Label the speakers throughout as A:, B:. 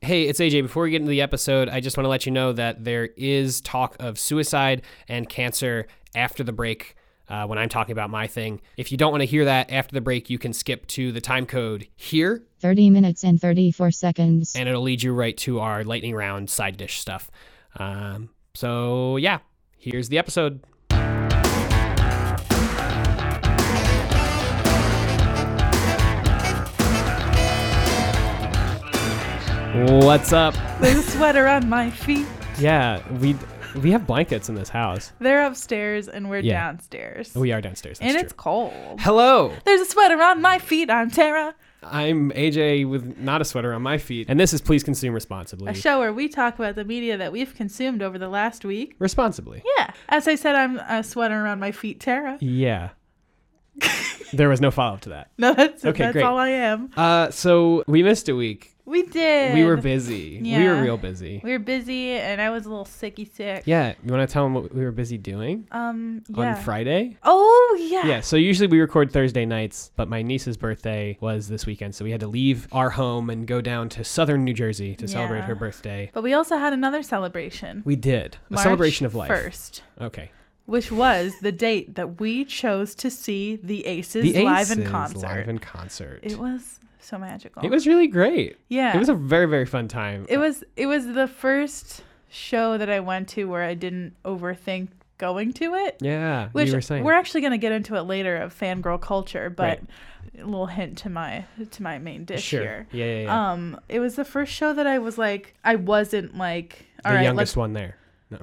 A: hey, it's AJ. Before we get into the episode, I just want to let you know that there is talk of suicide and cancer after the break. Uh, when I'm talking about my thing. If you don't want to hear that after the break, you can skip to the time code here
B: 30 minutes and 34 seconds.
A: and it'll lead you right to our lightning round side dish stuff. Um, so, yeah, here's the episode. What's up?
C: There's a sweater on my feet.
A: Yeah, we we have blankets in this house.
C: They're upstairs and we're
A: Yeah. Oh,
C: downstairs.
A: We are downstairs. That's
C: and
A: true.
C: it's cold.
A: Hello,
C: There's a sweater on my feet. I'm Tara.
A: I'm AJ with not a sweater on my feet, and this is please consume responsibly.
C: A show where we talk about the media that we've consumed over the last week.
A: responsibly.
C: Yeah. As I said, I'm a sweater on my feet, Tara.
A: Yeah. there was no follow up to that.
C: No, that's
A: Okay,
C: that's
A: great.
C: all I am.
A: Uh, so we missed a week.
C: We did.
A: We were busy. We were
C: Yeah.
A: real busy.
C: We were busy, and I was a little sicky sick.
A: Yeah. You want to tell them what we were busy doing
C: Um.
A: on
C: Yeah.
A: Friday?
C: Oh yeah.
A: Yeah. So usually we record Thursday nights, but my niece's birthday was this weekend, so we had to leave our home and go down to southern New Jersey to celebrate
C: Yeah.
A: her birthday.
C: But we also had another celebration.
A: We did a
C: March
A: celebration of life.
C: First.
A: Okay.
C: which was the date that we chose to see the Aces,
A: The
C: live in
A: Aces
C: concert.
A: Live in concert.
C: it was so magical.
A: It was really great.
C: yeah.
A: It was a very very fun time.
C: it was it was the first show that I went to where I didn't overthink going to it.
A: yeah.
C: Which
A: you were saying.
C: we're actually going to get into it later of fangirl culture, but
A: Right.
C: a little hint to my to my main dish
A: sure.
C: here.
A: Yeah. Yeah. yeah.
C: Um, it was the first show that I was like, I wasn't like, all
A: the
C: right, let's
A: youngest one there. No.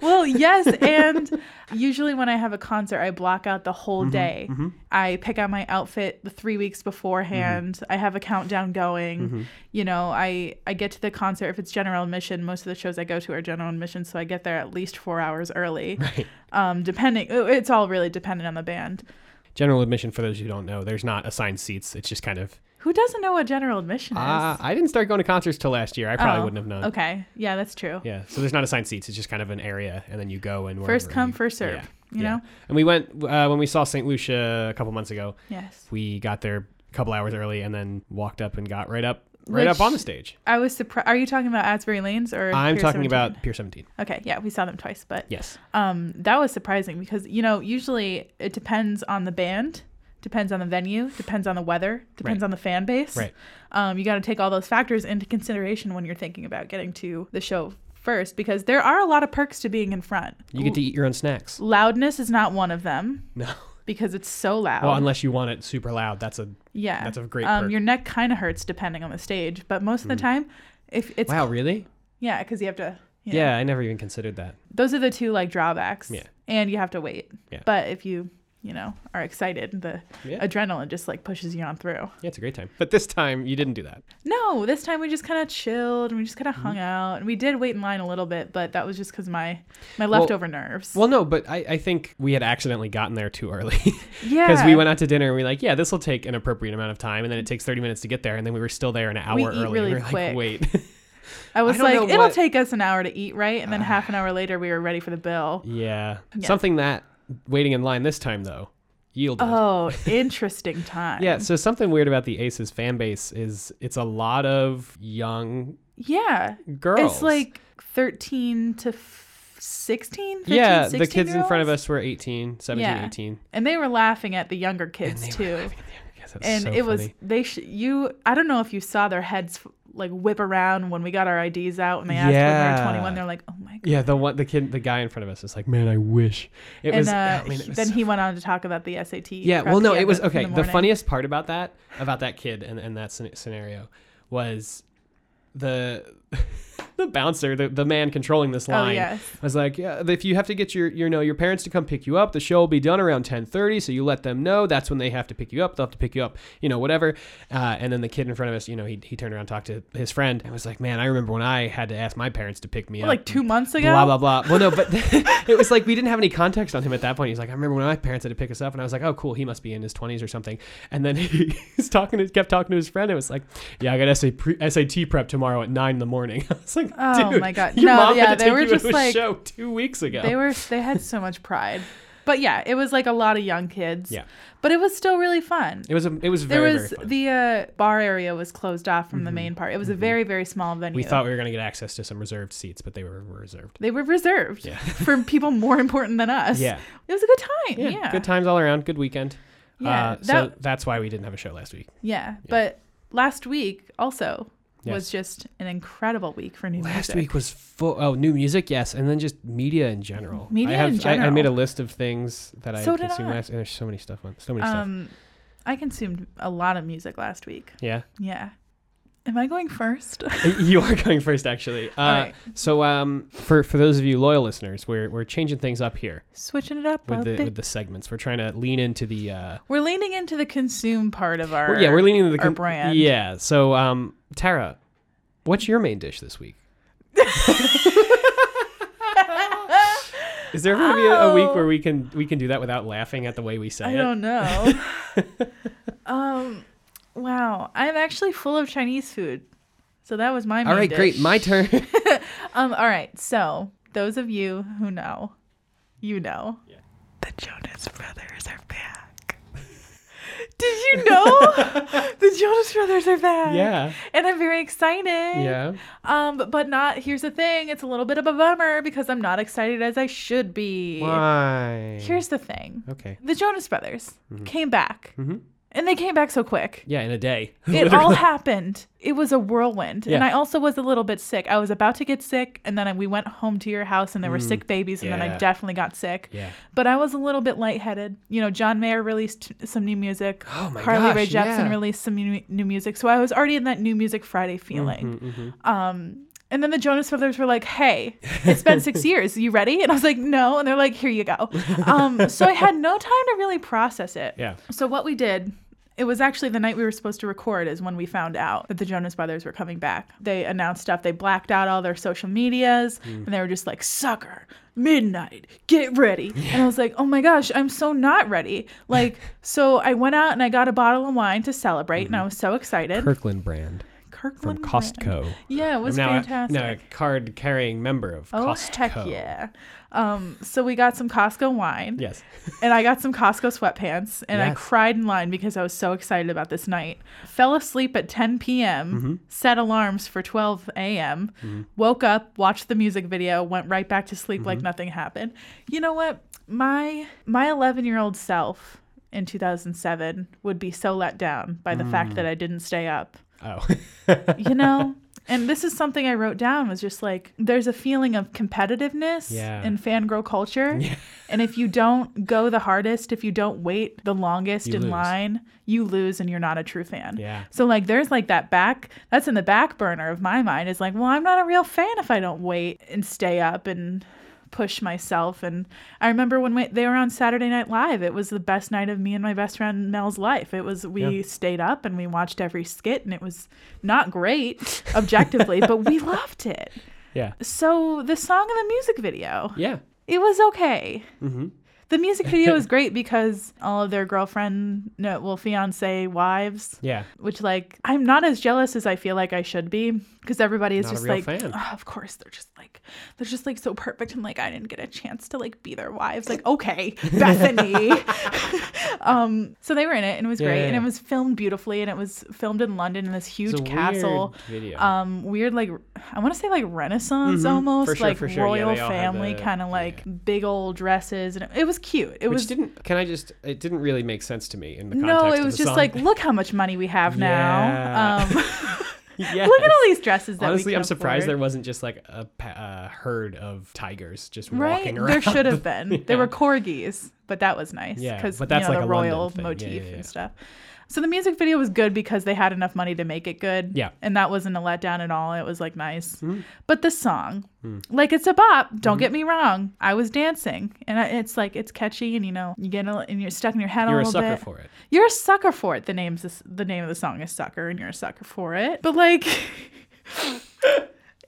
C: Well, yes, and usually when I have a concert, I block out the
A: Mm-hmm,
C: whole day. I pick out my outfit the three weeks beforehand.
A: Mm-hmm.
C: I have a countdown going. You know, I I get to the concert if it's general admission. Most of the shows I go to are general admission, so I get there at least four hours early.
A: Right.
C: Um, depending, it's all really dependent on the band.
A: General admission for those who don't know, there's not assigned seats. It's just kind of.
C: Who doesn't know what general admission is?
A: Uh, I didn't start going to concerts till last year. I probably
C: Oh,
A: wouldn't have known.
C: Okay, yeah, that's true.
A: Yeah. So there's not assigned seats. It's just kind of an area, and then you go and
C: First
A: wherever
C: come,
A: you-
C: first serve, you know?
A: And we went uh, when we saw St. Lucia a couple months ago.
C: Yes.
A: We got there a couple hours early, and then walked up and got right up, right
C: Which-
A: up on the stage.
C: I was surprised. Are you talking about Asbury Lanes or?
A: I'm
C: Pier
A: talking
C: 17?
A: about Pier 17.
C: Okay, yeah, we saw them twice, but
A: Yes.
C: um, that was surprising because you know usually it depends on the band, depends on the venue, depends on the weather, depends
A: Right.
C: on the fan base.
A: Right.
C: Um, you got to take all those factors into consideration when you're thinking about getting to the show first because there are a lot of perks to being in front.
A: You get to eat your own snacks.
C: Loudness is not one of them
A: No.
C: because it's so loud.
A: Well, unless you want it super loud, that's a
C: yeah,
A: that's a great
C: Um,
A: perk. Hmm.
C: your neck kind of hurts depending on the stage, but most of the time, if it's
A: wow. Really?
C: yeah, because you have to you know,
A: Yeah. I never even considered that.
C: those are the two like drawbacks.
A: Yeah.
C: And you have to wait.
A: Yeah.
C: But if you, you know, are excited, the
A: Yeah.
C: adrenaline just like pushes you on through.
A: Yeah, it's a great time. But this time you didn't do that.
C: No, this time we just kind of chilled and we just kind
A: Mm-hmm.
C: of hung out and we did wait in line a little bit, but that was just because my my
A: Well-
C: leftover nerves.
A: Well, no, but I, I think we had accidentally gotten there too early because
C: yeah.
A: we went out to dinner and we were like, yeah, this will take an appropriate amount of time, and then it takes thirty minutes to get there, and then we were still there an hour
C: We eat
A: early.
C: really
A: we were like,
C: quick.
A: wait,
C: I was
A: I don't
C: like,
A: know
C: it'll
A: what-
C: take us an hour to eat, right? And then half an hour later, we were ready for the bill.
A: yeah.
C: Yeah.
A: something that waiting in line this time though yielded.
C: Oh, interesting time.
A: Yeah, so something weird about the Aces fan base is it's a lot of young
C: Yeah.
A: girls.
C: It's like 13 to f- 16, 15,
A: yeah, the kids in
C: 16-year-olds?
A: front of us were 18, 17,
C: Yeah.
A: 18.
C: and they were laughing at the younger kids
A: They were
C: too
A: laughing at the younger kids. That's
C: and
A: so
C: it was
A: funny.
C: they sh- you i don't know if you saw their heads f- like whip around when we got our ids out and they asked when we
A: Yeah.
C: were 21 they're like oh my god
A: Yeah, the one the kid the guy in front of us is like, man, I wish it
C: and
A: was.
C: uh,
A: I mean, it
C: he-
A: was
C: then
A: so-
C: he went on to talk about the sat
A: yeah,
C: prep
A: well, no,
C: he had
A: it was
C: the- in
A: okay. The,
C: morning.
A: funniest part about that about that kid and and that scen- scenario was the the bouncer, the, the man controlling this
C: Oh,
A: line,
C: yes.
A: was like, yeah, if you have to get your you know your parents to come pick you up, the show will be done around ten thirty, so you let them know that's when they have to pick you up. They'll have to pick you up, you know, whatever. Uh, and then the kid in front of us, you know, he he turned around, and talked to his friend, and was like, man, I remember when I had to ask my parents to pick me up,
C: like two months ago
A: Blah blah blah. Well, no, but it was like we didn't have any context on him at that point. He's like, I remember when my parents had to pick us up, and I was like, oh, cool, he must be in his twenties or something. And then he was talking, to, kept talking to his friend, and was like, yeah, I got SA pre- SAT prep tomorrow at nine in the morning. I was like,
C: Oh,
A: dude,
C: my God.
A: your
C: No,
A: mom
C: yeah,
A: had to
C: they
A: take
C: were
A: you
C: just
A: to a
C: like-
A: show two weeks ago.
C: they were they had so much pride But yeah, it was like a lot of young kids.
A: Yeah.
C: But it was still really fun.
A: It was a, it was
C: There
A: very
C: was
A: very fun. Mm-hmm.
C: the uh, bar area was closed off from the main part. It was a very very small venue.
A: we thought we were going to get access to some reserved seats, but they were were reserved.
C: they were reserved for people more important than us.
A: Yeah.
C: It was a good time. Yeah.
A: Good times all around. Good weekend.
C: Yeah,
A: uh, so
C: that-
A: that's why we didn't have a show last week.
C: Yeah, but last week also
A: Yes.
C: was just an incredible week for new
A: Last
C: music.
A: week was full. Oh, new music, yes, and then just media in general.
C: Media
A: I have,
C: in
A: I, I made a
C: general.
A: list of things that I
C: So did
A: consumed
C: I.
A: last. And there's so many stuff on. So many stuff.
C: Um, I consumed a lot of music last week.
A: Yeah,
C: Yeah. Am I going
A: Uh,
C: first?
A: you are going first, actually. Uh,
C: right.
A: So, um, for for those of you loyal listeners, we're we're changing things up here
C: Switching it up
A: with
C: a
A: the
C: bit.
A: with the segments. We're trying to lean into the. Uh,
C: We're leaning into the consume part of our.
A: well, yeah, we're leaning into the
C: our brand.
A: Yeah. So, um, Tara, what's your main dish this week? Is there going to be a, a week
C: Oh.
A: where we can we can do that without laughing at the way we say
C: I
A: it?
C: don't know. um, wow, I'm actually full of Chinese food, so that was my. Main
A: All right,
C: dish.
A: great. My turn.
C: Um, all right. So those of you who know, you know, the Jonas Brothers are back. Did you know the Jonas Brothers are back?
A: Yeah.
C: and I'm very excited.
A: yeah.
C: Um, but- but not. Here's the thing. It's a little bit of a bummer because I'm not excited as I should be.
A: Why?
C: Here's the thing.
A: okay.
C: The Jonas Brothers
A: Mm-hmm.
C: came back, and they came back so quick.
A: Yeah, in a day.
C: It all happened. It was a whirlwind. And
A: Yeah.
C: I also was a little bit sick. I was about to get sick, and then I- we went home to your house, and there were sick babies, and then I
A: Mm, yeah.
C: definitely got sick.
A: Yeah.
C: But I was a little bit lightheaded. You know, John Mayer released some new music.
A: Oh my
C: Carly Rae
A: gosh,
C: Jepsen
A: yeah.
C: released some new, new music. So I was already in that New Music Friday feeling.
A: Mm-hmm.
C: Um, and then the Jonas Brothers were like, "Hey, it's been six years. You ready?" And I was like, "No." And they're like, "Here you go." Um, so I had no time to really process it.
A: Yeah.
C: So what we did, it was actually the night we were supposed to record is when we found out that the Jonas Brothers were coming back. They announced stuff. They blacked out all their social medias,
A: Hmm.
C: and they were just like, "Sucker, midnight, get ready." And I was like, "Oh my gosh, I'm so not ready." Like, so I went out and I got a bottle of wine to celebrate, and I was so excited.
A: Kirkland brand Mm-hmm. from
C: Kirkland brand.
A: Costco.
C: Yeah, it was
A: now,
C: fantastic.
A: now a card carrying member of
C: Oh
A: Costco.
C: heck yeah! Um, so we got some Costco wine,
A: Yes.
C: and I got some Costco sweatpants, and I
A: Yes.
C: cried in line because I was so excited about this night. Fell asleep at 10 p.m. Set alarms for 12 a.m. Woke up, watched the music video, went right back to sleep like nothing happened. You know what? My my 11 year old self in 2007 would be so let down by the fact that I didn't stay up
A: Oh.
C: you know and this is something i wrote down was just like there's a feeling of competitiveness
A: Yeah.
C: in fangirl culture and if you don't go the hardest if you don't wait the longest
A: You
C: in
A: lose.
C: line you lose and you're not a true fan
A: Yeah.
C: so like there's like that back that's in the back burner of my mind is like well i'm not a real fan if i don't wait and stay up and push myself and i remember when we, they were on saturday night live it was the best night of me and my best friend mel's life it was we
A: Yeah.
C: stayed up and we watched every skit and it was not great objectively but we loved it
A: yeah.
C: so the song and the music video
A: Yeah.
C: it was okay
A: Mm-hmm.
C: the music video was great because all of their girlfriend no well fiance wives
A: Yeah.
C: which like I'm not as jealous as I feel like I should be because everybody is
A: Not a
C: just
A: real
C: like,
A: fan.
C: "Ah, of course they're just like they're just like so perfect and like I didn't get a chance to like be their wives. Like okay, Bethany. um, so they were in it and it was
A: Yeah,
C: great
A: yeah,
C: and it
A: yeah.
C: was filmed beautifully and it was filmed in London in this huge
A: It's a
C: castle.
A: weird video.
C: Um, weird like I want to say like Renaissance
A: Mhm, for
C: almost
A: sure,
C: like
A: for sure. Yeah,
C: royal
A: they all had
C: family
A: the-
C: kind of like big old dresses and it, it was cute. It
A: Which
C: was
A: didn't can I just it didn't really make sense to me in the context
C: no,
A: of
C: it
A: the
C: was just
A: song.
C: like look how much money we have now.
A: Yeah.
C: Um,
A: yes.
C: Look at all these dresses that we
A: Honestly,
C: can
A: I'm surprised there
C: afford.
A: wasn't just like a, pa- a herd of tigers just
C: right.
A: walking around.
C: There should have been.
A: Yeah.
C: There were corgis, but that was nice
A: Yeah,
C: because
A: but that's
C: you know,
A: like
C: the
A: a London
C: royal
A: thing. Yeah,
C: motif
A: yeah, yeah.
C: and stuff. So the music video was good because they had enough money to make it good.
A: Yeah. Hmm.
C: and that wasn't a letdown at all. It was like nice, but the song, like it's a bop. Don't get me wrong. I was dancing, and I, it's like it's catchy, and you know you get a, and you're stuck in your head
A: You're a
C: a little
A: sucker
C: bit.
A: for it.
C: You're a sucker for it. The name's this, the name of the song is Sucker, and you're a sucker for it. But like,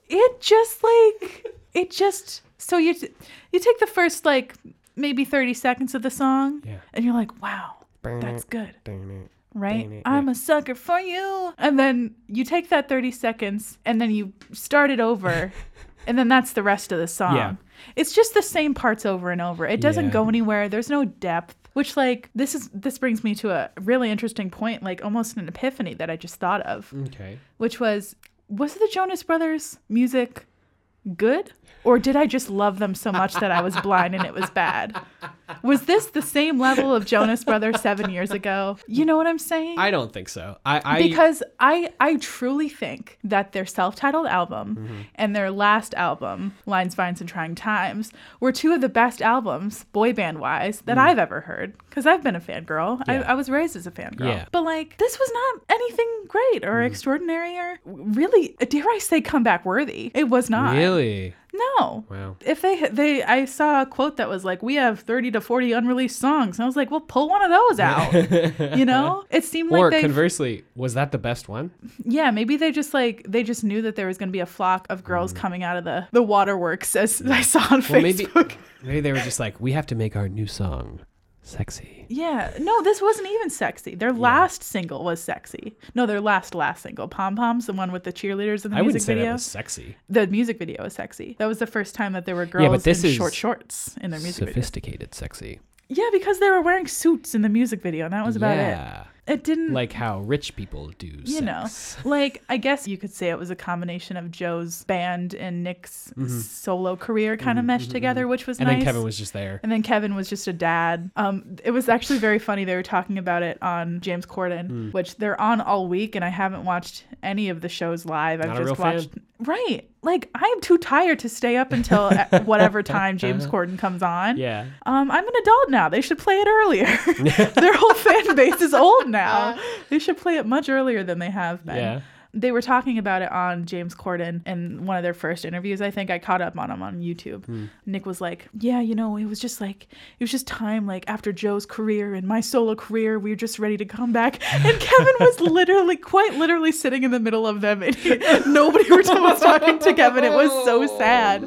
C: it just like it just so you t- you take the first like maybe thirty seconds of the song,
A: Yeah.
C: and you're like, wow,
A: Burn
C: that's
A: it,
C: good,
A: burn it.
C: right?
A: Dang it,
C: I'm a sucker for you, and then you take that thirty seconds, and then you start it over, and then that's the rest of the song.
A: Yeah.
C: It's just the same parts over and over. It doesn't
A: Yeah.
C: go anywhere. There's no depth. Which like this is this brings me to a really interesting point, like almost an epiphany that I just thought of,
A: Okay.
C: which was was the Jonas Brothers music good or did I just love them so much that I was blind and it was bad? Was this the same level of Jonas Brothers 7 years ago? You know what I'm saying?
A: I don't think so. I, I
C: because I I truly think that their self-titled album
A: Mm-hmm.
C: and their last album, Lines, Vines, and Trying Times, were two of the best albums, boy band wise, that I've ever heard. Because I've been a fangirl.
A: Mm. Yeah.
C: I, I was raised as a fangirl.
A: Yeah. Mm.
C: But like, this was not anything great or extraordinary or really, dare I say, comeback worthy. It was not.
A: really
C: No.
A: wow.
C: If they they I saw a quote that was like we have 30 to 40 unreleased songs and I was like well pull one of those out you know it seemed like
A: or
C: they
A: conversely, was that the best one?
C: yeah, maybe they just like they just knew that there was going to be a flock of girls coming out of the the waterworks, as I saw on
A: Mm. Well, maybe
C: Facebook.
A: maybe they were just like, we have to make our new song sexy.
C: Yeah, no, this wasn't even sexy. Their last single was sexy. No, their last last single, Pom Poms, the one with the cheerleaders in the
A: I
C: music
A: wouldn't say
C: video.
A: that was sexy.
C: The music video was sexy. That was the first time that there were girls
A: Yeah, but this
C: in
A: is
C: short shorts in their music video.
A: Sophisticated sexy.
C: Yeah, because they were wearing suits in the music video, and that was about
A: yeah.
C: it. It didn't
A: Like how rich people do
C: you know
A: sex.
C: like i guess you could say it was a combination of joe's band and nick's
A: Mm-hmm.
C: solo career kind of meshed together which was
A: And
C: nice
A: then Kevin was just there.
C: and then Kevin was just a dad. Um, it was actually very funny. They were talking about it on James Corden,
A: Hmm.
C: which they're on all week, and I haven't watched any of the shows live. I've
A: Not a
C: just
A: real fan.
C: watched. Right. Like, I'm too tired to stay up until at whatever time
A: Uh-huh.
C: James Corden comes on.
A: Yeah.
C: Um, I'm an adult now. They should play it earlier. Their whole fan base is old now. They should play it much earlier than they have been.
A: Yeah.
C: They were talking about it on James Corden in one of their first interviews. I think I caught up on him on YouTube. Nick was like, "Yeah, you know, it was just like it was just time. Like after Joe's career and my solo career, we were just ready to come back." And Kevin was literally, quite literally, sitting in the middle of them, and he, nobody was talking to Kevin. It was so sad.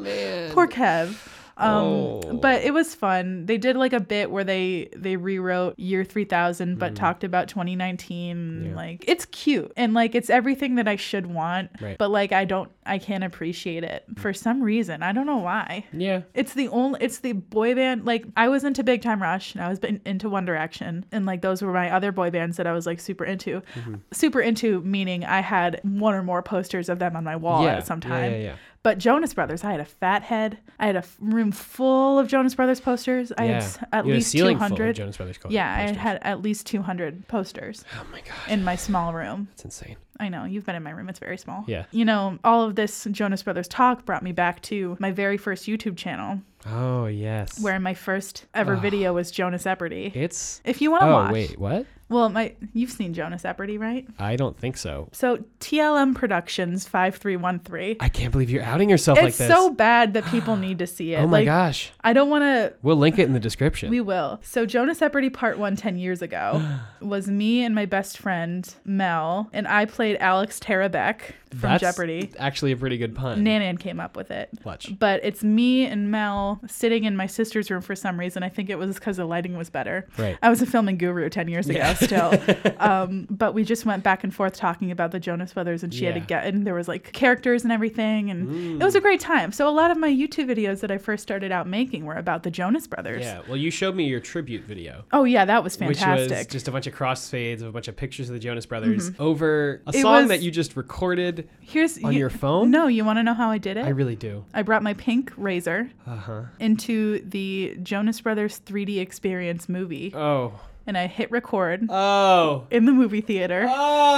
C: Poor Kev. Um, but it was fun. They did like a bit where they they rewrote year 3000 but talked about 2019
A: Mm. Yeah.
C: like it's cute and like it's everything that I should want
A: Right. Mm.
C: but like I don't I can't appreciate it for some reason. I don't know why.
A: Yeah.
C: It's the only it's the boy band like I was into Big Time Rush and I was been into One Direction and like those were my other boy bands that I was like super into.
A: Mm-hmm.
C: Super into meaning I had one or more posters of them on my wall
A: yeah.
C: at some time.
A: Yeah, yeah, yeah.
C: But Jonas Brothers, I had a fat head. I had a f- room full of Jonas Brothers posters. I
A: yeah.
C: had s- at
A: You had a
C: least
A: ceiling full of
C: 200.
A: Jonas Brothers co-
C: yeah,
A: posters.
C: I had at least 200 posters
A: Oh my god.
C: in my small room.
A: It's insane.
C: I know you've been in my room; it's very small.
A: Yeah.
C: You know, all of this Jonas Brothers talk brought me back to my very first YouTube channel,
A: Oh yes.
C: where my first ever video was Jonas Epperty.
A: it's
C: If you want to
A: Oh
C: watch,
A: wait, what?
C: well, my you've seen Jonas Epperty, right?
A: I don't think so.
C: So TLM Productions five three one three.
A: I can't believe you're outing yourself like
C: It's
A: this.
C: so bad that people need to see it.
A: oh my
C: like,
A: gosh.
C: I don't want to
A: We'll link it in the description.
C: We will. So Jonas Epperty Part One 10 years ago was me and my best friend Mel, and I played Alex Terabek from
A: That's
C: Jeopardy.
A: Actually, a pretty good pun.
C: Nanan came up with it.
A: Clutch.
C: But it's me and Mel sitting in my sister's room for some reason. I think it was because the lighting was better.
A: Right.
C: I was a filming guru 10 years ago still. um, but we just went back and forth talking about the Jonas Brothers and she had
A: Yeah. Mm.
C: to get, and there was like characters and everything. And it was a great time. So a lot of my YouTube videos that I first started out making were about the Jonas Brothers.
A: Yeah. Well, you showed me your tribute video.
C: Oh yeah, that was
A: Which was
C: fantastic. Mm-hmm.
A: just a bunch of crossfades of a bunch of pictures of the Jonas Brothers over a
C: It
A: song
C: was-
A: that you just recorded.
C: Here's
A: on
C: you-
A: your phone?
C: No, you want to know how I did it?
A: I really do.
C: I brought my pink razor
A: Uh huh.
C: into the Jonas Brothers 3D Experience movie,
A: Oh.
C: and I hit record
A: Oh.
C: in the movie theater.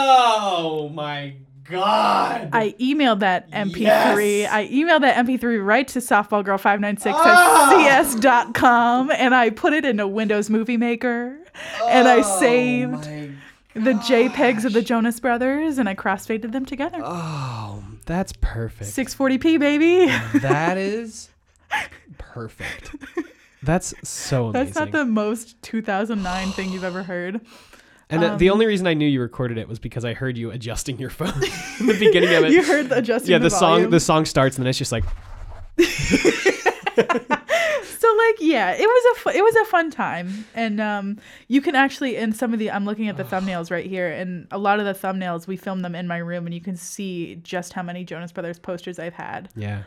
A: Oh my God.
C: I emailed that MP3.
A: Yes!
C: I emailed that MP3 right to softballgirl596
A: Ah!
C: at cs.com and I put it into Windows Movie Maker and I
A: Oh
C: saved the JPEGs of the Jonas Brothers and I crossfaded them together.
A: Oh, that's perfect.
C: 640p, baby.
A: That is perfect. That's so amazing.
C: That's not the most 2009 thing you've ever heard.
A: and uh, the- the
C: Um,
A: only reason I knew you recorded it was because I heard you adjusting your phone in the beginning of it.
C: You heard the adjusting.
A: yeah, the,
C: the,
A: song
C: volume.
A: the song starts and then it's just like
C: So like, yeah, it was a fu- it was a fun time, and um, you can actually in some of the I'm looking at the thumbnails right here, and a lot of the thumbnails we filmed them in my room, and you can see just how many Jonas Brothers posters I've had.
A: yeah.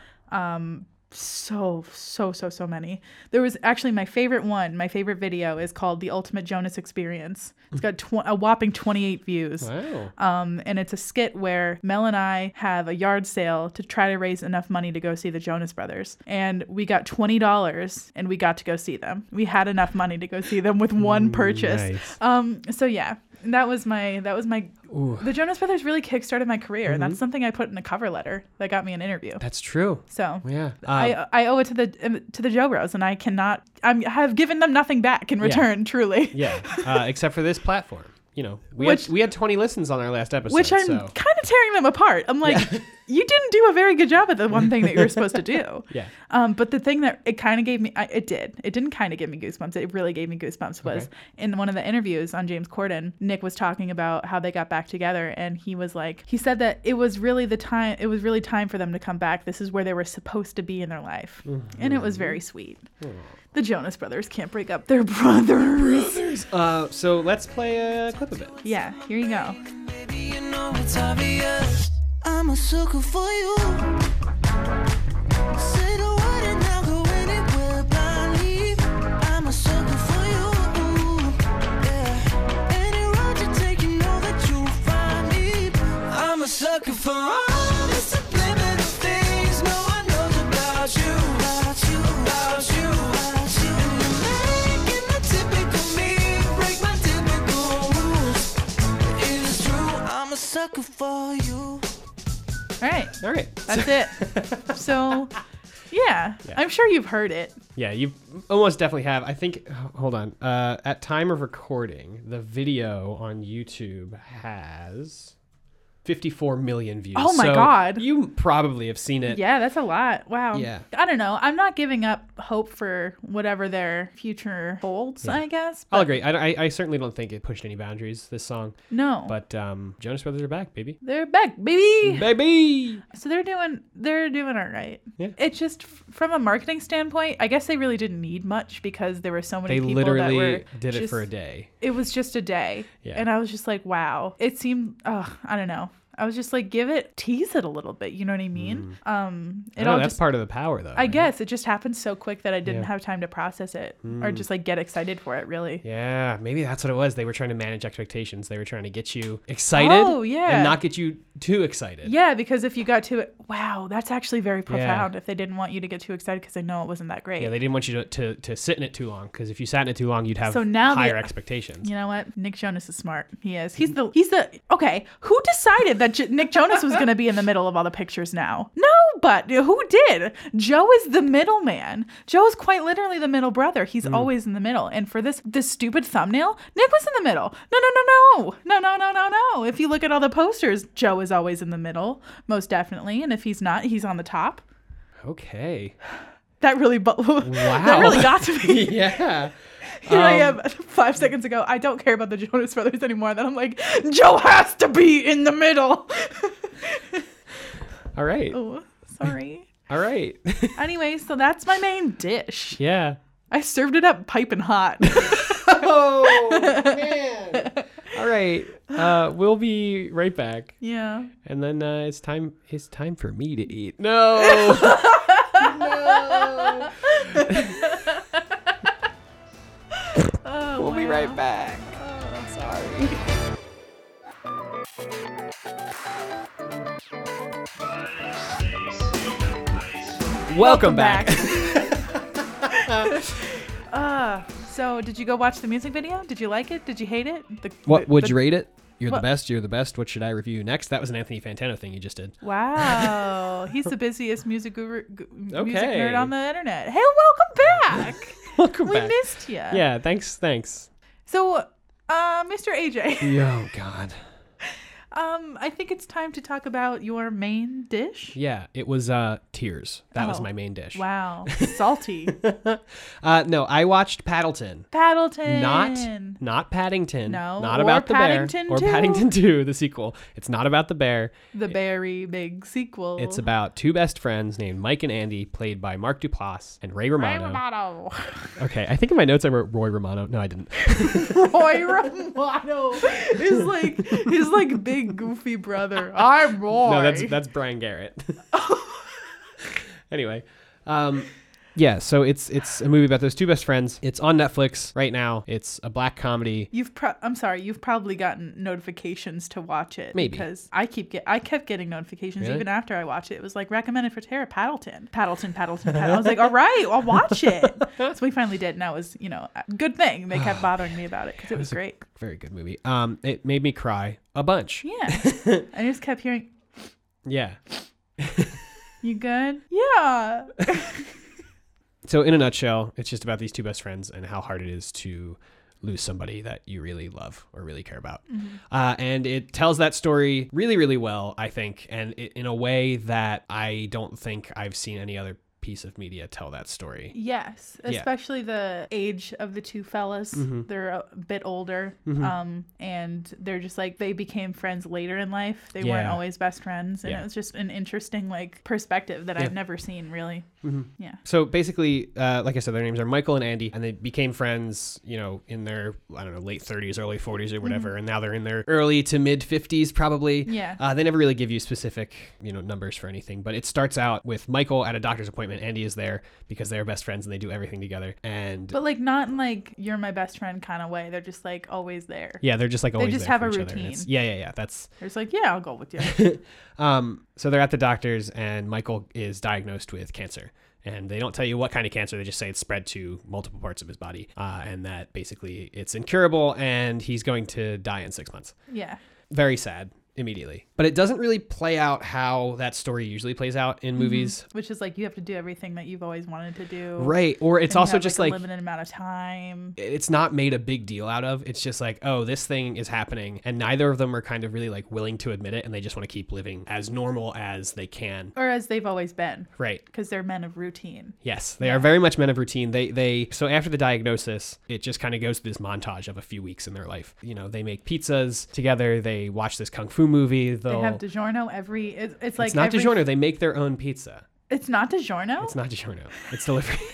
C: so so so so many there was actually my favorite one my favorite video is called the ultimate jonas experience it's got tw- a whopping 28 views
A: Wow.
C: um, and it's a skit where mel and i have a yard sale to try to raise enough money to go see the jonas brothers and we got $20 and we got to go see them we had enough money to go see them with one purchase
A: nice.
C: um, so yeah that was my that was my
A: Ooh. Mm-hmm.
C: the jonas brothers really kickstarted my career that's something i put in a cover letter that got me an interview
A: That's true.
C: so
A: Yeah. Uh,
C: I, I owe it to the to the Joe Bros, and I cannot. I'm I have given them nothing back in return, truly.
A: yeah. Uh, except for this platform. You know, we
C: Which-
A: had we had 20 listens on our last episode.
C: Which I'm
A: so.
C: kind of tearing them apart. I'm like, you didn't do a very good job at the one thing that you were supposed to do.
A: Yeah.
C: Um, but the thing that it kind of gave me, I, it did. It didn't kind of give me goosebumps. It really gave me goosebumps was
A: Okay.
C: in one of the interviews on James Corden, Nick was talking about how they got back together. And he was like, he said that it was really the time, it was really time for them to come back. This is where they were supposed to be in their life. And it was very sweet. The Jonas Brothers can't break up their brothers.
A: Uh, so let's play a clip of it.
C: Yeah, here you go.
D: Maybe you know it's obvious. I'm a sucker for you. Say the word and I'll go anywhere blindly. I'm a sucker for you. Yeah. Any road you take, you know that you'll find me. I'm a sucker for all the subliminal things no one knows about you. About you, about you, about you. And you're making the typical me break my typical rules. It is true, I'm a sucker for you.
C: All right,
A: All right.
C: that's it. So, yeah, I'm sure you've heard it.
A: Yeah, you almost definitely have. I think. Hold on. Uh, at time of recording, the video on YouTube has 54 million views.
C: Oh my
A: So
C: God.
A: You probably have seen it.
C: Yeah, that's a lot. Wow.
A: Yeah.
C: I don't know. I'm not giving up hope for whatever their future holds, I guess.
A: I'll agree. I, I, I certainly don't think it pushed any boundaries. This song,
C: No.
A: but um, Jonas Brothers are back, baby.
C: they're back, baby.
A: Baby.
C: So they're doing they're doing all right.
A: Yeah.
C: It's just f- from a marketing standpoint, I guess they really didn't need much because there were so many
A: They
C: people
A: literally
C: that were
A: did it
C: just-
A: for a day.
C: It was just a day.
A: Yeah.
C: And I was just like, wow. It seemed ugh, I don't know. I was just like give it tease it a little bit, you know what I mean? Um it
A: Mm. I know
C: all
A: Oh, that's
C: just
A: part of the power, though.
C: I guess it just happened so quick that I
A: Mm-hmm.
C: didn't
A: Yeah. Mm.
C: have time to process it or just like get excited for it, really.
A: Yeah, maybe that's what it was. They were trying to manage expectations. They were trying to get you excited.
C: Oh, yeah.
A: And not get you too excited.
C: Yeah, because if you got to wow, that's actually very profound. If they didn't want you to get too excited because they know it wasn't that great.
A: Yeah, they didn't want you to, to, to sit in it too long because if you sat in it too long, you'd have
C: So now
A: higher
C: they-
A: expectations.
C: you know what? Nick Jonas is smart. He is. He's the. He's the. Okay. Who decided that J- Nick Jonas was going to be in the middle of all the pictures now? No, but who did? Joe is the middleman. Joe is quite literally the middle brother. He's always in the middle. And for this this stupid thumbnail, Nick was in the middle. No, no, no, no, no, no, no, no, no. If you look at all the posters, Joe is always in the middle, most definitely. And if he's not, he's on the top.
A: Okay.
C: That really, bu-
A: Wow.
C: that really got to me.
A: yeah. Um,
C: Here I am five seconds ago. I don't care about the Jonas Brothers anymore. Then I'm like, Joe has to be in the middle.
A: All right.
C: oh, sorry.
A: All right.
C: Anyway, so that's my main dish.
A: yeah.
C: I served it up piping hot.
A: Oh, man. All right. Uh, we'll be right back.
C: yeah.
A: And then uh, it's time it's time for me to eat. No. no.
C: Oh,
A: We'll be
C: wow.
A: right back. Oh, I'm sorry. Welcome, back.
C: uh, so, did you go watch the music video? Did you like it? Did you hate it? The,
A: What
C: the-
A: would
C: the-
A: you rate it? You're
C: What-
A: the best. You're the best. What should I review next? That was an Anthony Fantano thing you just did.
C: Wow, he's the busiest music guru, gu- music
A: Okay.
C: nerd on the internet. Hey, welcome back.
A: Welcome
C: we
A: back.
C: missed you.
A: yeah. Thanks. Thanks.
C: So, uh, Mr. AJ,
A: Oh God.
C: um, I think it's time to talk about your main dish.
A: Yeah. It was uh, tears. That was
C: Oh.
A: my main dish.
C: Wow, salty
A: Uh, no, I watched Paddleton.
C: Paddleton.
A: Not not Paddington.
C: No,
A: Not
C: or
A: about the
C: Paddington
A: bear.
C: 2.
A: Or Paddington 2, the sequel. It's not about the bear.
C: the very big sequel.
A: It's about two best friends named Mike and Andy, played by Mark Duplass and Ray
C: Roy
A: Romano.
C: Romano.
A: Okay, I think in my notes I wrote Roy Romano. No, I didn't.
C: Roy Romano is like his like big goofy brother. I'm Roy.
A: No, that's that's Brian Garrett. anyway, Um, yeah, so it's it's a movie about those two best friends. It's on Netflix right now. It's a black comedy.
C: You've pro- I'm sorry, you've probably gotten notifications to watch it
A: Maybe.
C: because I keep get I kept getting notifications
A: Really?
C: even after I watched it. It was like recommended for Tara Paddleton. Paddleton, Paddleton, Paddleton. I was like, "All right, I'll watch it." so we finally did and that was, you know, a good thing. They kept bothering me about it cuz it was great.
A: Very good movie. Um, it made me cry a bunch.
C: Yeah. I just kept hearing,
A: Yeah.
C: "You good?" Yeah.
A: So in a nutshell, it's just about these two best friends and how hard it is to lose somebody that you really love or really care about. Uh, and it tells that story really, really well, I think, and it, in a way that I don't think I've seen any other piece of media tell that story.
C: Yes,
A: Yeah. Mm-hmm.
C: especially the age of the two fellas. They're a bit older, um, and they're just like they became friends later in life. They weren't
A: Yeah.
C: always best friends, and
A: Yeah.
C: it was just an interesting like perspective that I've never seen really.
A: Mm-hmm.
C: Yeah,
A: So basically, uh, like I said, their names are Michael and Andy, and they became friends, you know, in their I don't know late 30s, early 40s, or whatever, and now they're in their early to mid 50s probably.
C: Mm-hmm. Yeah.
A: Uh, they never really give you specific you know numbers for anything, but it starts out with Michael at a doctor's appointment. Andy is there because they're best friends and they do everything together. And
C: but like not in like you're my best friend kind of way. They're just like always there.
A: yeah, they're just like always
C: just
A: there
C: have
A: for
C: a
A: each other, and it's-
C: routine.
A: Yeah, yeah, yeah. That's
C: They're just like yeah, I'll go with you.
A: Um, so they're at the doctor's, and Michael is diagnosed with cancer. And they don't tell you what kind of cancer. They just say it's spread to multiple parts of his body, uh, and that basically it's incurable, and he's going to die in six months.
C: yeah,
A: Very sad immediately. But it doesn't really play out how that story usually plays out
C: Mm-hmm.
A: in movies,
C: which is like you have to do everything that you've always wanted to do.
A: right? Or it's
C: And you
A: also
C: have,
A: just
C: a
A: like.
C: limited amount of time.
A: it's not made a big deal out of. It's just like, oh, this thing is happening, and neither of them are kind of really like willing to admit it, and they just want to keep living as normal as they can.
C: Or as they've always been,
A: Right.
C: because they're men of routine.
A: Yes, they are very much men of routine. They they so after the diagnosis, it just kind of goes through this montage of a few weeks in their life. You know, they make pizzas together. They watch this kung fu movie. They'll,
C: They have DiGiorno every. It's, it's
A: Oh.
C: like
A: it's not
C: every,
A: DiGiorno. They make their own pizza.
C: It's not DiGiorno.
A: It's not DiGiorno. It's delivery.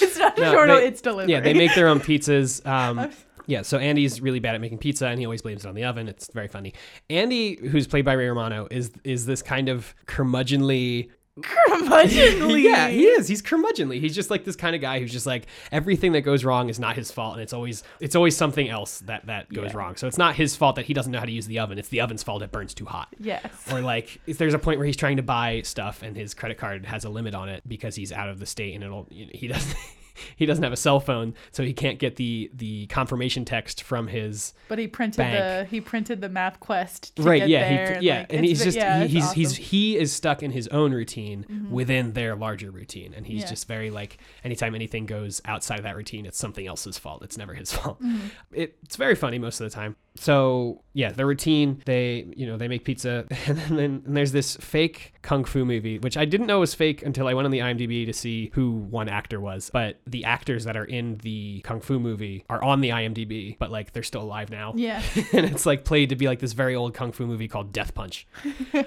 C: It's not
A: No,
C: DiGiorno.
A: they-
C: it's delivery.
A: Yeah, they make their own pizzas. Um, yeah, so Andy's really bad at making pizza, and he always blames it on the oven. It's very funny. Andy, who's played by Ray Romano, is is this kind of curmudgeonly
C: curmudgeonly.
A: Yeah, he is. He's curmudgeonly. He's just like this kind of guy who's just like everything that goes wrong is not his fault, and it's always it's always something else that that goes wrong. So it's not his fault that he doesn't know how to use the oven. It's the oven's fault it burns too hot.
C: Yes.
A: Or like, if there's a point where he's trying to buy stuff and his credit card has a limit on it because he's out of the state and it'll he doesn't he doesn't have a cell phone, so he can't get the the confirmation text from his
C: But he printed
A: Bank.
C: the he printed the math quest. To
A: right
C: Get
A: yeah
C: There
A: he,
C: and
A: yeah
C: like,
A: and
C: it's
A: he's
C: the-
A: just
C: yeah,
A: he, he's
C: it's
A: he's
C: awesome. Mm-hmm.
A: he is stuck in his own routine within their larger routine and he's
C: Yeah.
A: just very like anytime anything goes outside of that routine it's something else's fault it's never his fault
C: Mm-hmm.
A: it, it's very funny most of the time so yeah their routine they you know they make pizza and then and there's this fake kung fu movie which i didn't know was fake until i went on the imdb to see who one actor was but the actors that are in the kung fu movie are on the imdb but like they're still alive now
C: Yeah.
A: and it's like played to be like this very old kung fu movie called Death Punch.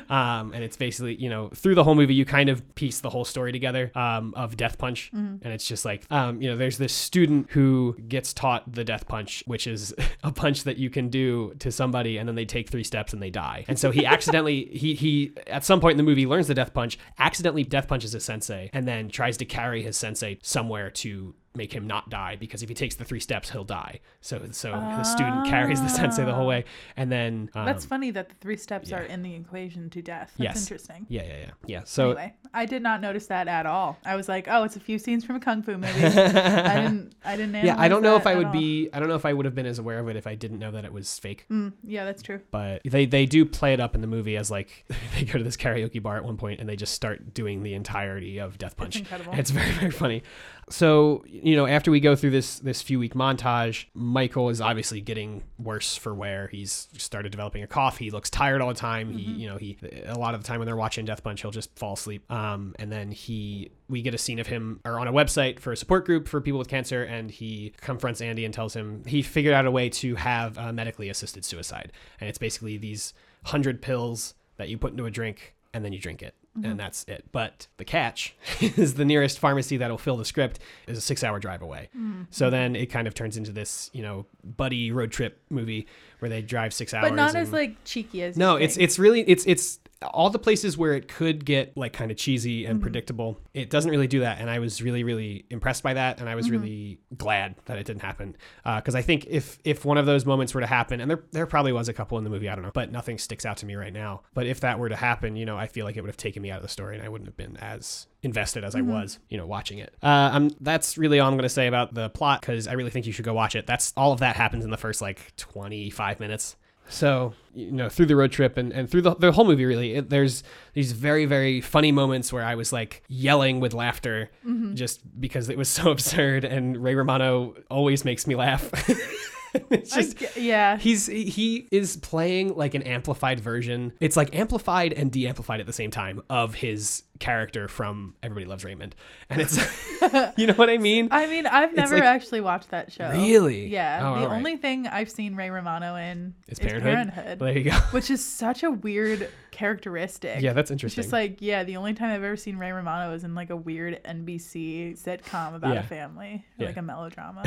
A: um, and it's basically, you know, through the whole movie, you kind of piece the whole story together um, of Death Punch. And it's just like, um, you know, there's this student who gets taught the Death Punch, which is a punch that you can do to somebody and then they take three steps and they die. And so he accidentally, he, he, at some point in the movie, learns the Death Punch, accidentally Death Punches his sensei, and then tries to carry his sensei somewhere to make him not die because if he takes the three steps he'll die so so the student carries the sensei the whole way and then um,
C: That's funny that the three steps are in the equation to death. That's
A: Yes.
C: interesting.
A: yeah yeah yeah yeah so
C: Anyway, I did not notice that at all. I was like, "Oh, it's a few scenes from a kung fu movie." I didn't. I didn't.
A: yeah i
C: analyze
A: don't know if
C: that
A: i
C: at
A: would
C: all.
A: be i don't know if i would have been as aware of it if i didn't know that it was fake
C: Hmm. Yeah, that's true.
A: but they they do play it up in the movie as like they go to this karaoke bar at one point and they just start doing the entirety of Death Punch.
C: incredible.
A: It's very very funny. So you know after we go through this this few week montage, Michael is obviously getting worse for wear. He's started developing a cough. He looks tired all the time. He you know he a lot of the time when they're watching Death Punch, he'll just fall asleep. Um and then he we get a scene of him or on a website for a support group for people with cancer and he confronts Andy and tells him he figured out a way to have uh, medically assisted suicide and it's basically these hundred pills that you put into a drink and then you drink it
C: Mm-hmm.
A: and that's it but the catch is the nearest pharmacy that'll fill the script is a six hour drive away
C: Mm.
A: so then it kind of turns into this you know buddy road trip movie where they drive six hours
C: But not as
A: and-
C: like cheeky as.
A: no
C: you
A: it's
C: think.
A: it's really it's it's all the places where it could get like kind of cheesy and predictable, it doesn't really do that. And I was really, really impressed by that, and I was really glad that it didn't happen because I think if if one of those moments were to happen, and there there probably was a couple in the movie, I don't know, but nothing sticks out to me right now. But if that were to happen, you know, I feel like it would have taken me out of the story, and I wouldn't have been as invested as I was, you know, watching it. Uh, um, that's really all I'm going to say about the plot because I really think you should go watch it. That's all of that happens in the first like 25 minutes. So you know, through the road trip and, and through the, the whole movie, really, it, there's these very very funny moments where I was like yelling with laughter
C: Mm-hmm.
A: just because it was so absurd. And Ray Romano always makes me laugh. it's
C: I
A: just
C: g- yeah.
A: he's he is playing like an amplified version. It's like amplified and de-amplified at the same time of his character from Everybody Loves Raymond, and it's you know what I mean.
C: I mean, I've never
A: like-
C: actually watched that show.
A: Really?
C: Yeah.
A: Oh,
C: the
A: all right.
C: only thing I've seen Ray Romano in
A: It's
C: is
A: Parenthood. There you go.
C: which is such a weird characteristic.
A: Yeah, that's
C: It's
A: interesting.
C: just like, yeah, the only time I've ever seen Ray Romano is in like a weird NBC sitcom about
A: Yeah.
C: a family,
A: Yeah.
C: like a melodrama.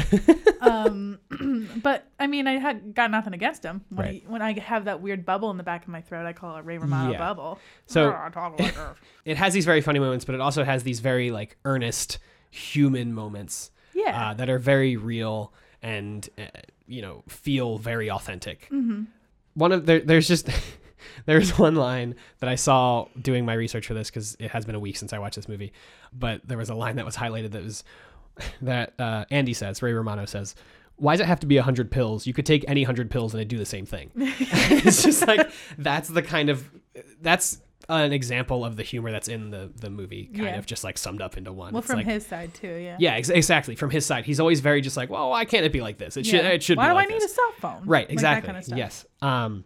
C: um, but I mean, I had got nothing against him. When,
A: Right.
C: he, when I have that weird bubble in the back of my throat, I call it Ray Romano
A: Yeah.
C: bubble.
A: So-
C: I talk like her.
A: it has these very funny moments, but it also has these very like earnest human moments.
C: Yeah.
A: Uh, that are very real and uh, you know feel very authentic.
C: Mm-hmm.
A: One of there, there's just there's one line that I saw doing my research for this because it has been a week since I watched this movie, but there was a line that was highlighted that was that uh, Andy says, Ray Romano says. Why does it have to be 100 pills? You could take any 100 pills and it'd do the same thing. it's just like, that's the kind of, that's an example of the humor that's in the, the movie, kind
C: Yeah.
A: of just like summed up into one.
C: well,
A: It's
C: from
A: like-
C: his side too. Yeah.
A: yeah, ex- exactly. From his side, he's always very just like, well, why can't it be like this? It should.
C: Yeah.
A: It should.
C: Why
A: be
C: do
A: like
C: I need
A: this.
C: a cell phone?
A: Right.
C: Like that
A: Exactly.
C: kinda stuff.
A: Yes. Um,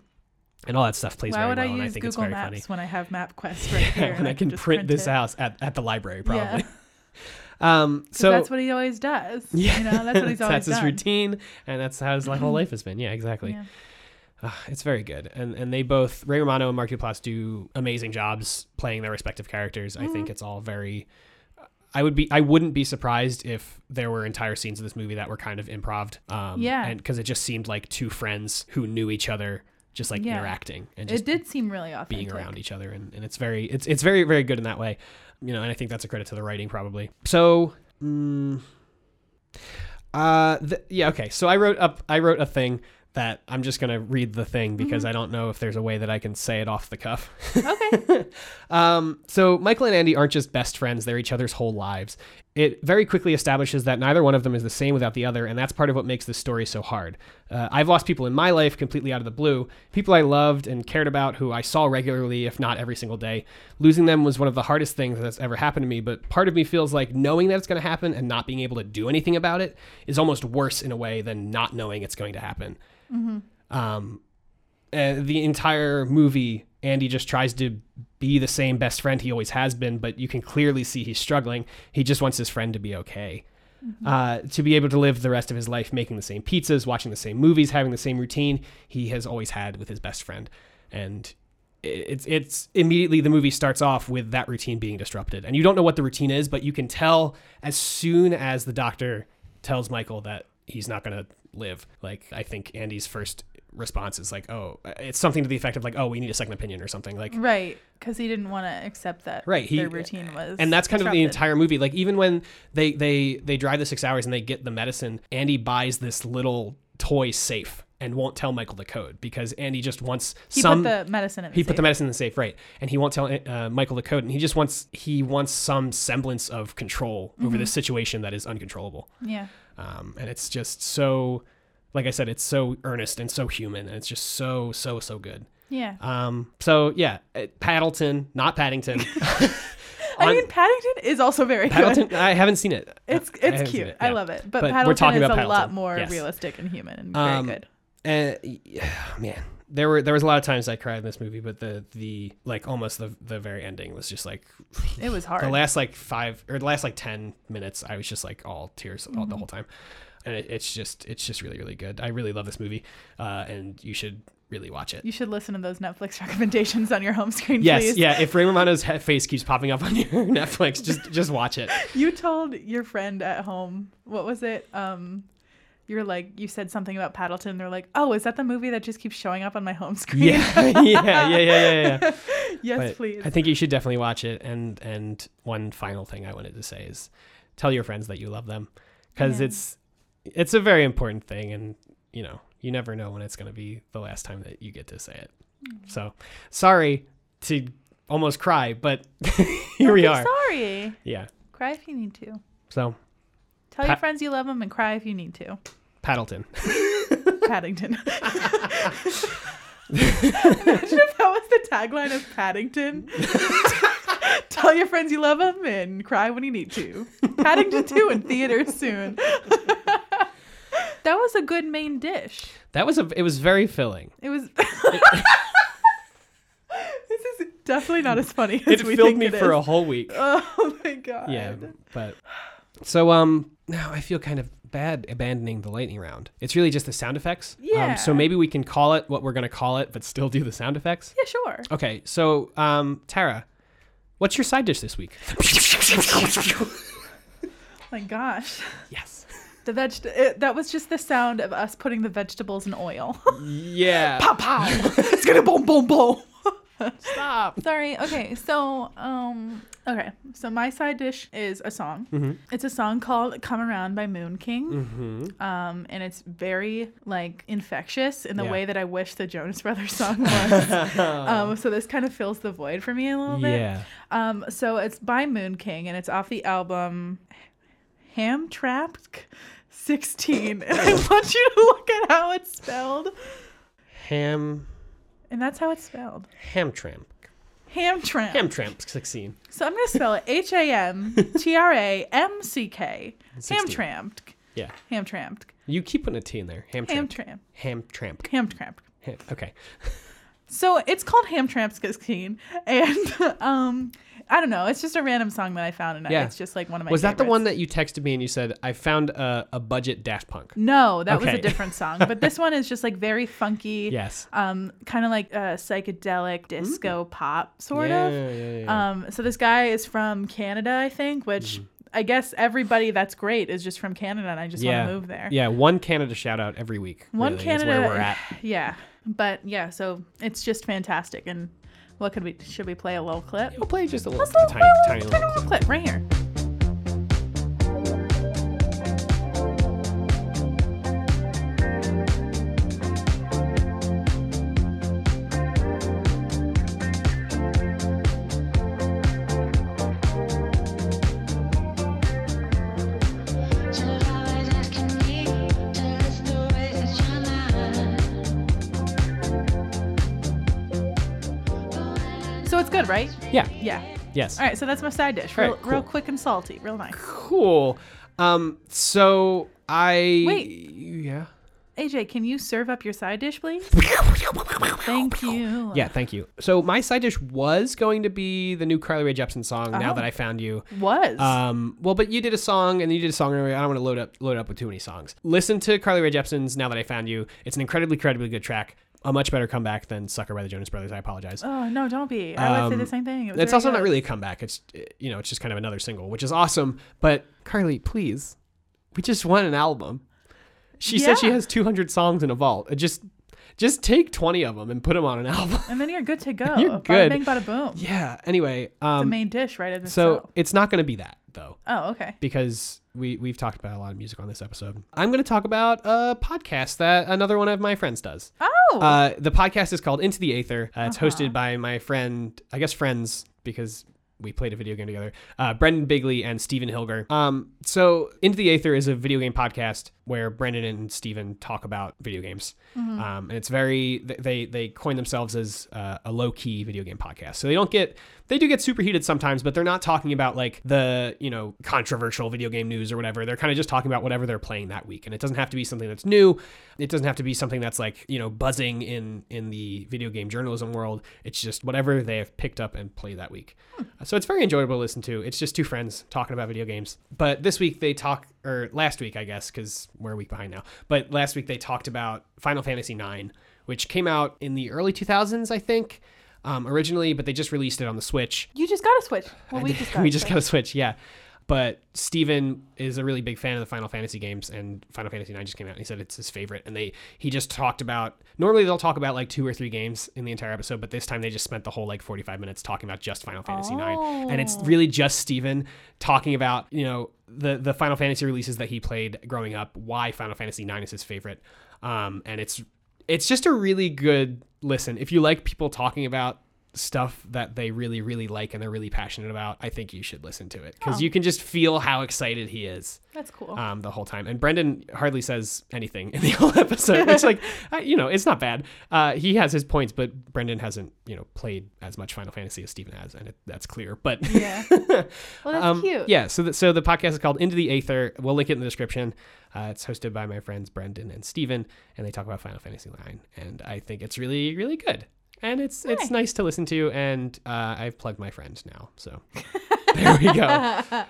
A: and all that stuff plays
C: Why
A: very
C: would
A: well,
C: I
A: and I
C: use
A: think it's
C: Google
A: very
C: Maps
A: funny.
C: when I have MapQuest right here?
A: and I can
C: just
A: print this
C: it?
A: out at, at the library
C: Yeah.
A: probably. Um, so
C: that's what he always does. You know, that's what he's always
A: that's his
C: done.
A: routine, and that's how his li- whole life has been. Yeah, exactly.
C: Yeah.
A: Ah, it's very good, and and they both Ray Romano and Mark Duplass do amazing jobs playing their respective characters. I
C: Mm-hmm.
A: think it's all very. I would be I wouldn't be surprised if there were entire scenes of this movie that were kind of improv. Um,
C: Yeah.
A: and because it just seemed like two friends who knew each other just like
C: Yeah.
A: interacting and just
C: It did seem really authentic.
A: being around each other and, and it's very it's it's very very good in that way you know and i think that's a credit to the writing probably so mm, uh th- yeah okay so i wrote up i wrote a thing that i'm just gonna read the thing because i don't know if there's a way that i can say it off the cuff
C: Mm-hmm. Okay.
A: um, so Michael and Andy aren't just best friends; they're each other's whole lives. It very quickly establishes that neither one of them is the same without the other, and that's part of what makes this story so hard. Uh, I've lost people in my life completely out of the blue, people I loved and cared about who I saw regularly, if not every single day. Losing them was one of the hardest things that's ever happened to me, but part of me feels like knowing that it's going to happen and not being able to do anything about it is almost worse in a way than not knowing it's going to happen. Um, uh, the entire movie, Andy just tries to be the same best friend he always has been, but you can clearly see he's struggling. He just wants his friend to be okay. Uh, to be able to live the rest of his life making the same pizzas, watching the same movies, having the same routine he has always had with his best friend. And it- it's it's immediately the movie starts off with that routine being disrupted. And you don't know what the routine is, but you can tell as soon as the doctor tells Michael that he's not going to live. Like I think Andy's first response is like, "Oh, it's something to the effect of like, oh, we need a second opinion or something." Like
C: right. Because he didn't want to accept that
A: Right, he-
C: their routine was.
A: and that's kind of the
C: disrupted.
A: entire movie like even when they they they drive the six hours and they get the medicine andy buys this little toy safe and won't tell michael the code because andy just wants
C: He
A: some
C: put the medicine in the
A: he put the
C: safe.
A: medicine in the safe right and he won't tell uh, michael the code and he just wants he wants some semblance of control over
C: Mm-hmm.
A: this situation that is uncontrollable
C: Yeah.
A: um, and it's just so like i said it's so earnest and so human and it's just so so so good
C: Yeah.
A: um, so yeah uh, paddleton not paddington
C: I
A: on-
C: mean, Paddington is also very good.
A: Paddleton. I haven't seen it.
C: It's
A: I
C: it's
A: haven't seen
C: cute. I
A: yeah.
C: love it.
A: But
C: But,
A: we're
C: Paddington
A: talking
C: is
A: about
C: a lot
A: Paddington,
C: more
A: yes.
C: realistic and human and
A: Um,
C: very good.
A: Uh, yeah, man, there were there was a lot of times I cried in this movie, but the the like almost the the very ending was just like
C: It was hard.
A: the last like five or the last like ten minutes. I was just like all tears all,
C: Mm-hmm.
A: the whole time, and it, it's just it's just really really good. I really love this movie, uh, and you should really watch it.
C: you should listen to those Netflix recommendations on your home screen,
A: Yes,
C: please.
A: yeah. If Ray Romano's he- face keeps popping up on your Netflix, just just watch it.
C: You told your friend at home, what was it? Um, you're like you said something about Paddleton. They're like, oh, is that the movie that just keeps showing up on my home screen?
A: yeah, yeah, yeah, yeah, yeah, yeah.
C: yes,
A: But
C: please.
A: I think you should definitely watch it. And and one final thing I wanted to say is, tell your friends that you love them, because
C: Yeah.
A: it's it's a very important thing, and you know you never know when it's going to be the last time that you get to say it.
C: Mm.
A: So sorry to almost cry, but here
C: Don't
A: we
C: be
A: are.
C: Sorry.
A: Yeah.
C: Cry if you need to.
A: So
C: Tell
A: Pa-
C: your friends you love them and cry if you need to.
A: Paddleton.
C: Paddington. Imagine if that was the tagline of Paddington. Tell your friends you love them and cry when you need to. Paddington 2 in theaters soon. that was a good main dish.
A: That was a. It was very filling.
C: It was. this is definitely not as funny as
A: It
C: we
A: filled
C: think
A: me
C: it
A: for a
C: is.
A: whole week.
C: Oh my god.
A: yeah but so um now i feel kind of bad abandoning the lightning round it's really just the sound effects
C: Yeah.
A: um, so maybe we can call it what we're going to call it but still do the sound effects
C: Yeah, sure.
A: okay so um tara what's your side dish this week
C: my gosh.
A: yes
C: The veg- it, that was just the sound of us putting the vegetables in oil.
A: yeah
C: pow. it's gonna boom, boom, boom.
A: stop
C: Sorry. Okay. So, um, okay. So my side dish is a song.
A: Mm-hmm.
C: It's a song called "Come Around" by Moon King.
A: Mm-hmm.
C: Um, and it's very like infectious in the
A: Yeah.
C: way that I wish the Jonas Brothers song was. um, so this kind of fills the void for me a little bit.
A: yeah
C: Um, so it's by Moon King and it's off the album Ham Trapped 16. and I want you to look at how it's spelled.
A: ham
C: And that's how it's spelled.
A: ham tramp
C: Ham Tramp.
A: ham tramp 16
C: So I'm going to spell it H A M T R A M C K. Ham
A: 16.
C: Tramped.
A: yeah
C: Ham Tramped.
A: you keep putting a t in there ham
C: Ham
A: tramp
C: Tramp.
A: ham tramp
C: Ham Tramped.
A: Ham- okay
C: So it's called Ham Tramp 16. And um, I don't know. It's just a random song that I found. And I-
A: Yeah.
C: it's just like one of my
A: was that the
C: favorites.
A: one that you texted me and you said i found a, a budget daft punk
C: No, that was
A: Okay.
C: a different song. But this one is just like very funky.
A: yes Mm.
C: Um, kind of like a psychedelic disco pop sort
A: yeah,
C: of.
A: yeah, yeah, yeah.
C: Um, so this guy is from Canada, I think, which
A: Mm.
C: I guess everybody that's great is just from Canada, and I just want to move there.
A: Yeah, one Canada shout out every week.
C: one
A: really,
C: Canada.
A: is where we're at.
C: Yeah, but yeah, so it's just fantastic. And what could we should we play a little clip?
A: We'll play just a little
C: Let's
A: tiny,
C: play a little-
A: tiny
C: tiny
A: little.
C: little clip right here. So it's good, right?
A: Yeah.
C: Yeah.
A: Yes.
C: All right, so that's my side dish.
A: All
C: Real,
A: right, cool.
C: real quick and salty, real nice.
A: Cool. Um. So I.
C: Wait.
A: Yeah.
C: AJ, can you serve up your side dish, please? Thank you.
A: Yeah. Thank you. So my side dish was going to be the new Carly Rae Jepsen song. Now
C: Oh.
A: that I found you.
C: Was.
A: Um, well, but you did a song and you did a song. earlier. I don't want to load up load up with too many songs. Listen to Carly Rae Jepsen's "Now That I Found You." It's an incredibly, incredibly good track. A much better comeback than "Sucker" by the Jonas Brothers. I apologize.
C: oh, no, don't be. I would say
A: Um,
C: the same thing. It was
A: It's
C: very
A: also not
C: good.
A: really a comeback. It's you know, it's just kind of another single, which is awesome. But Carly, please, we just want an album. She said she
C: Yeah.
A: has 200 songs in a vault. Uh, Just, just take 20 of them and put them on an album.
C: And then you're good to go.
A: You're
C: Bada
A: good.
C: bing, bada boom.
A: yeah. Anyway,
C: the
A: um,
C: main dish right in
A: so
C: itself.
A: it's not going to be that though,
C: Oh, okay.
A: because we we've talked about a lot of music on this episode. I'm going to talk about a podcast that another one of my friends does.
C: Oh,
A: Uh, the podcast is called Into the Aether. Uh, it's hosted by my friend, I guess friends, because we played a video game together, uh, Brendan Bigley and Steven Hilger. Um, so Into the Aether is a video game podcast where Brendan and Steven talk about video games. Um, and it's very, th- they, they coin themselves as uh, a low key video game podcast. So they don't get, they do get super heated sometimes, but they're not talking about like the, you know, controversial video game news or whatever. They're kind of just talking about whatever they're playing that week. And it doesn't have to be something that's new. It doesn't have to be something that's like, you know, buzzing in, in the video game journalism world. It's just whatever they have picked up and played that week. So it's very enjoyable to listen to. It's just two friends talking about video games. But this week they talk, or last week, I guess, because we're a week behind now. But last week they talked about Final Fantasy IX, which came out in the early 2000s, I think, um, originally, but they just released it on the Switch.
C: you just got a switch. Well, we
A: And
C: just got.
A: we
C: a
A: just
C: switch.
A: got a Switch, yeah. But Steven is a really big fan of the Final Fantasy games, and Final Fantasy IX just came out, and he said it's his favorite. And they he just talked about normally they'll talk about like two or three games in the entire episode, but this time they just spent the whole like forty five minutes talking about just Final Fantasy IX, and it's
C: Oh.
A: really just Steven talking about you know the the Final Fantasy releases that he played growing up, why Final Fantasy IX is his favorite, um, and it's it's just a really good listen. If you like people talking about stuff that they really really like and they're really passionate about, I think you should listen to it because you can just feel how excited he is
C: That's cool.
A: um, the whole time. And Brendan hardly says anything in the whole episode, which like I, you know it's not bad. Uh, he has his points, but Brendan hasn't you know played as much Final Fantasy as Steven has, and it, that's clear. But
C: yeah. Well, that's
A: um,
C: cute.
A: Yeah. So, the, so the podcast is called Into the Aether. We'll link it in the description. Uh, it's hosted by my friends Brendan and Steven, and they talk about Final Fantasy Line, and I think it's really, really good. And it's it's
C: Nice.
A: nice to listen to, and uh, I've plugged my friends now, so there we go.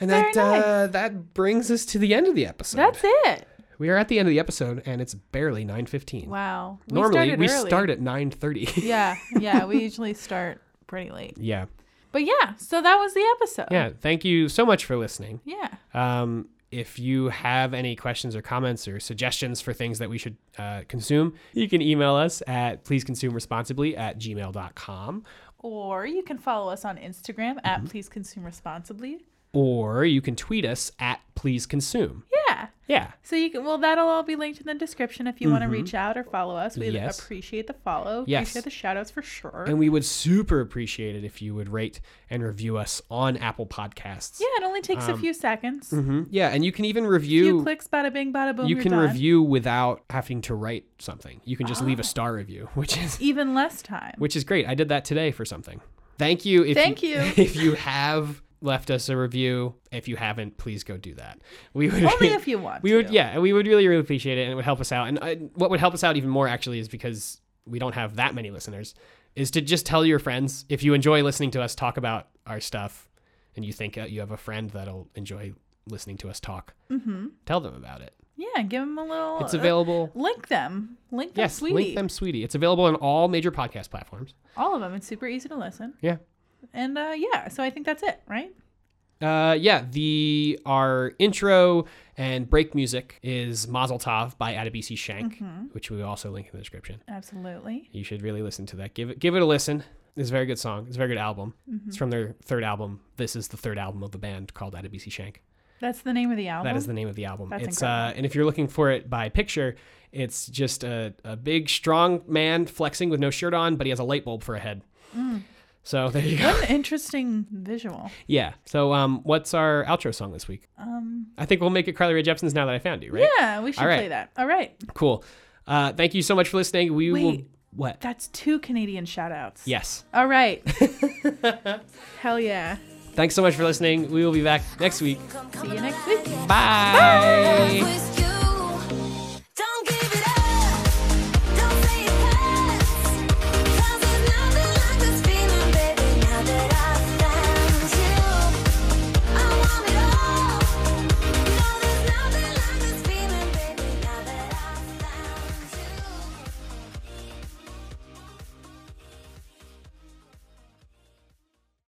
A: And that
C: Very nice.
A: uh, that brings us to the end of the episode.
C: That's it.
A: we are at the end of the episode, and it's barely nine fifteen.
C: Wow. We
A: Normally,
C: started
A: we
C: early.
A: start at nine thirty.
C: Yeah, yeah. We usually start pretty late.
A: yeah,
C: But yeah, so that was the episode.
A: yeah. Thank you so much for listening.
C: Yeah.
A: Um, if you have any questions or comments or suggestions for things that we should uh, consume, you can email us at pleaseconsumeresponsibly at gmail.com.
C: Or you can follow us on Instagram
A: Mm-hmm.
C: at Please Consume Responsibly.
A: Or you can tweet us at pleaseconsume.
C: Yeah.
A: Yeah.
C: So you can well that'll all be linked in the description if you want to reach out or follow us. We
A: Mm-hmm. Yes.
C: appreciate the follow.
A: Yes.
C: Appreciate the shout outs for sure.
A: And we would super appreciate it if you would rate and review us on Apple Podcasts.
C: yeah, it only takes
A: um,
C: a few seconds.
A: Mhm. Yeah. And you can even review.
C: Few clicks, bada bing, bada boom.
A: you
C: you're
A: can
C: done.
A: review without having to write something. You can just leave a star review, which is
C: even less time.
A: which is great. I did that today for something. Thank you. If
C: Thank
A: you,
C: you.
A: If you have left us a review, if you haven't, please go do that. We would
C: Only if you want.
A: We would,
C: to.
A: yeah, we would really, really appreciate it, and it would help us out. And I, what would help us out even more actually is because we don't have that many listeners, is to just tell your friends if you enjoy listening to us talk about our stuff, and you think uh, you have a friend that'll enjoy listening to us talk,
C: Mm-hmm.
A: tell them about it.
C: Yeah. Give them a little.
A: It's available.
C: Uh, link them. Link them,
A: Yes,
C: sweetie.
A: link them, sweetie. It's available on all major podcast platforms.
C: All of them. It's super easy to listen.
A: Yeah.
C: And uh, yeah, so I think that's it, right?
A: Uh, yeah, the our intro and break music is Mazel Tov by Adebisi Shank,
C: Mm-hmm.
A: which we will also link in the description.
C: Absolutely.
A: You should really listen to that. Give it give it a listen. It's a very good song. It's a very good album.
C: Mm-hmm.
A: It's from their third album. This is the third album of the band called Adebisi Shank.
C: That's the name of the album.
A: That is the name of the album.
C: Uh-huh. That's
A: it's uh,
C: incredible.
A: and if you're looking for it by picture, it's just a, a big strong man flexing with no shirt on, but he has a light bulb for a head.
C: Mm.
A: So there you go.
C: What an interesting visual.
A: Yeah. So um, what's our outro song this week?
C: Um,
A: I think we'll make it Carly Rae Jepsen's now that I found you, right?
C: yeah, we should
A: All right.
C: play that. All right.
A: Cool. Uh, thank you so much for listening. We will.
C: Wait.
A: What?
C: That's two Canadian shout outs.
A: Yes.
C: All right. Hell yeah.
A: Thanks so much for listening. We will be back next week.
C: See you next week.
A: Bye.
E: Always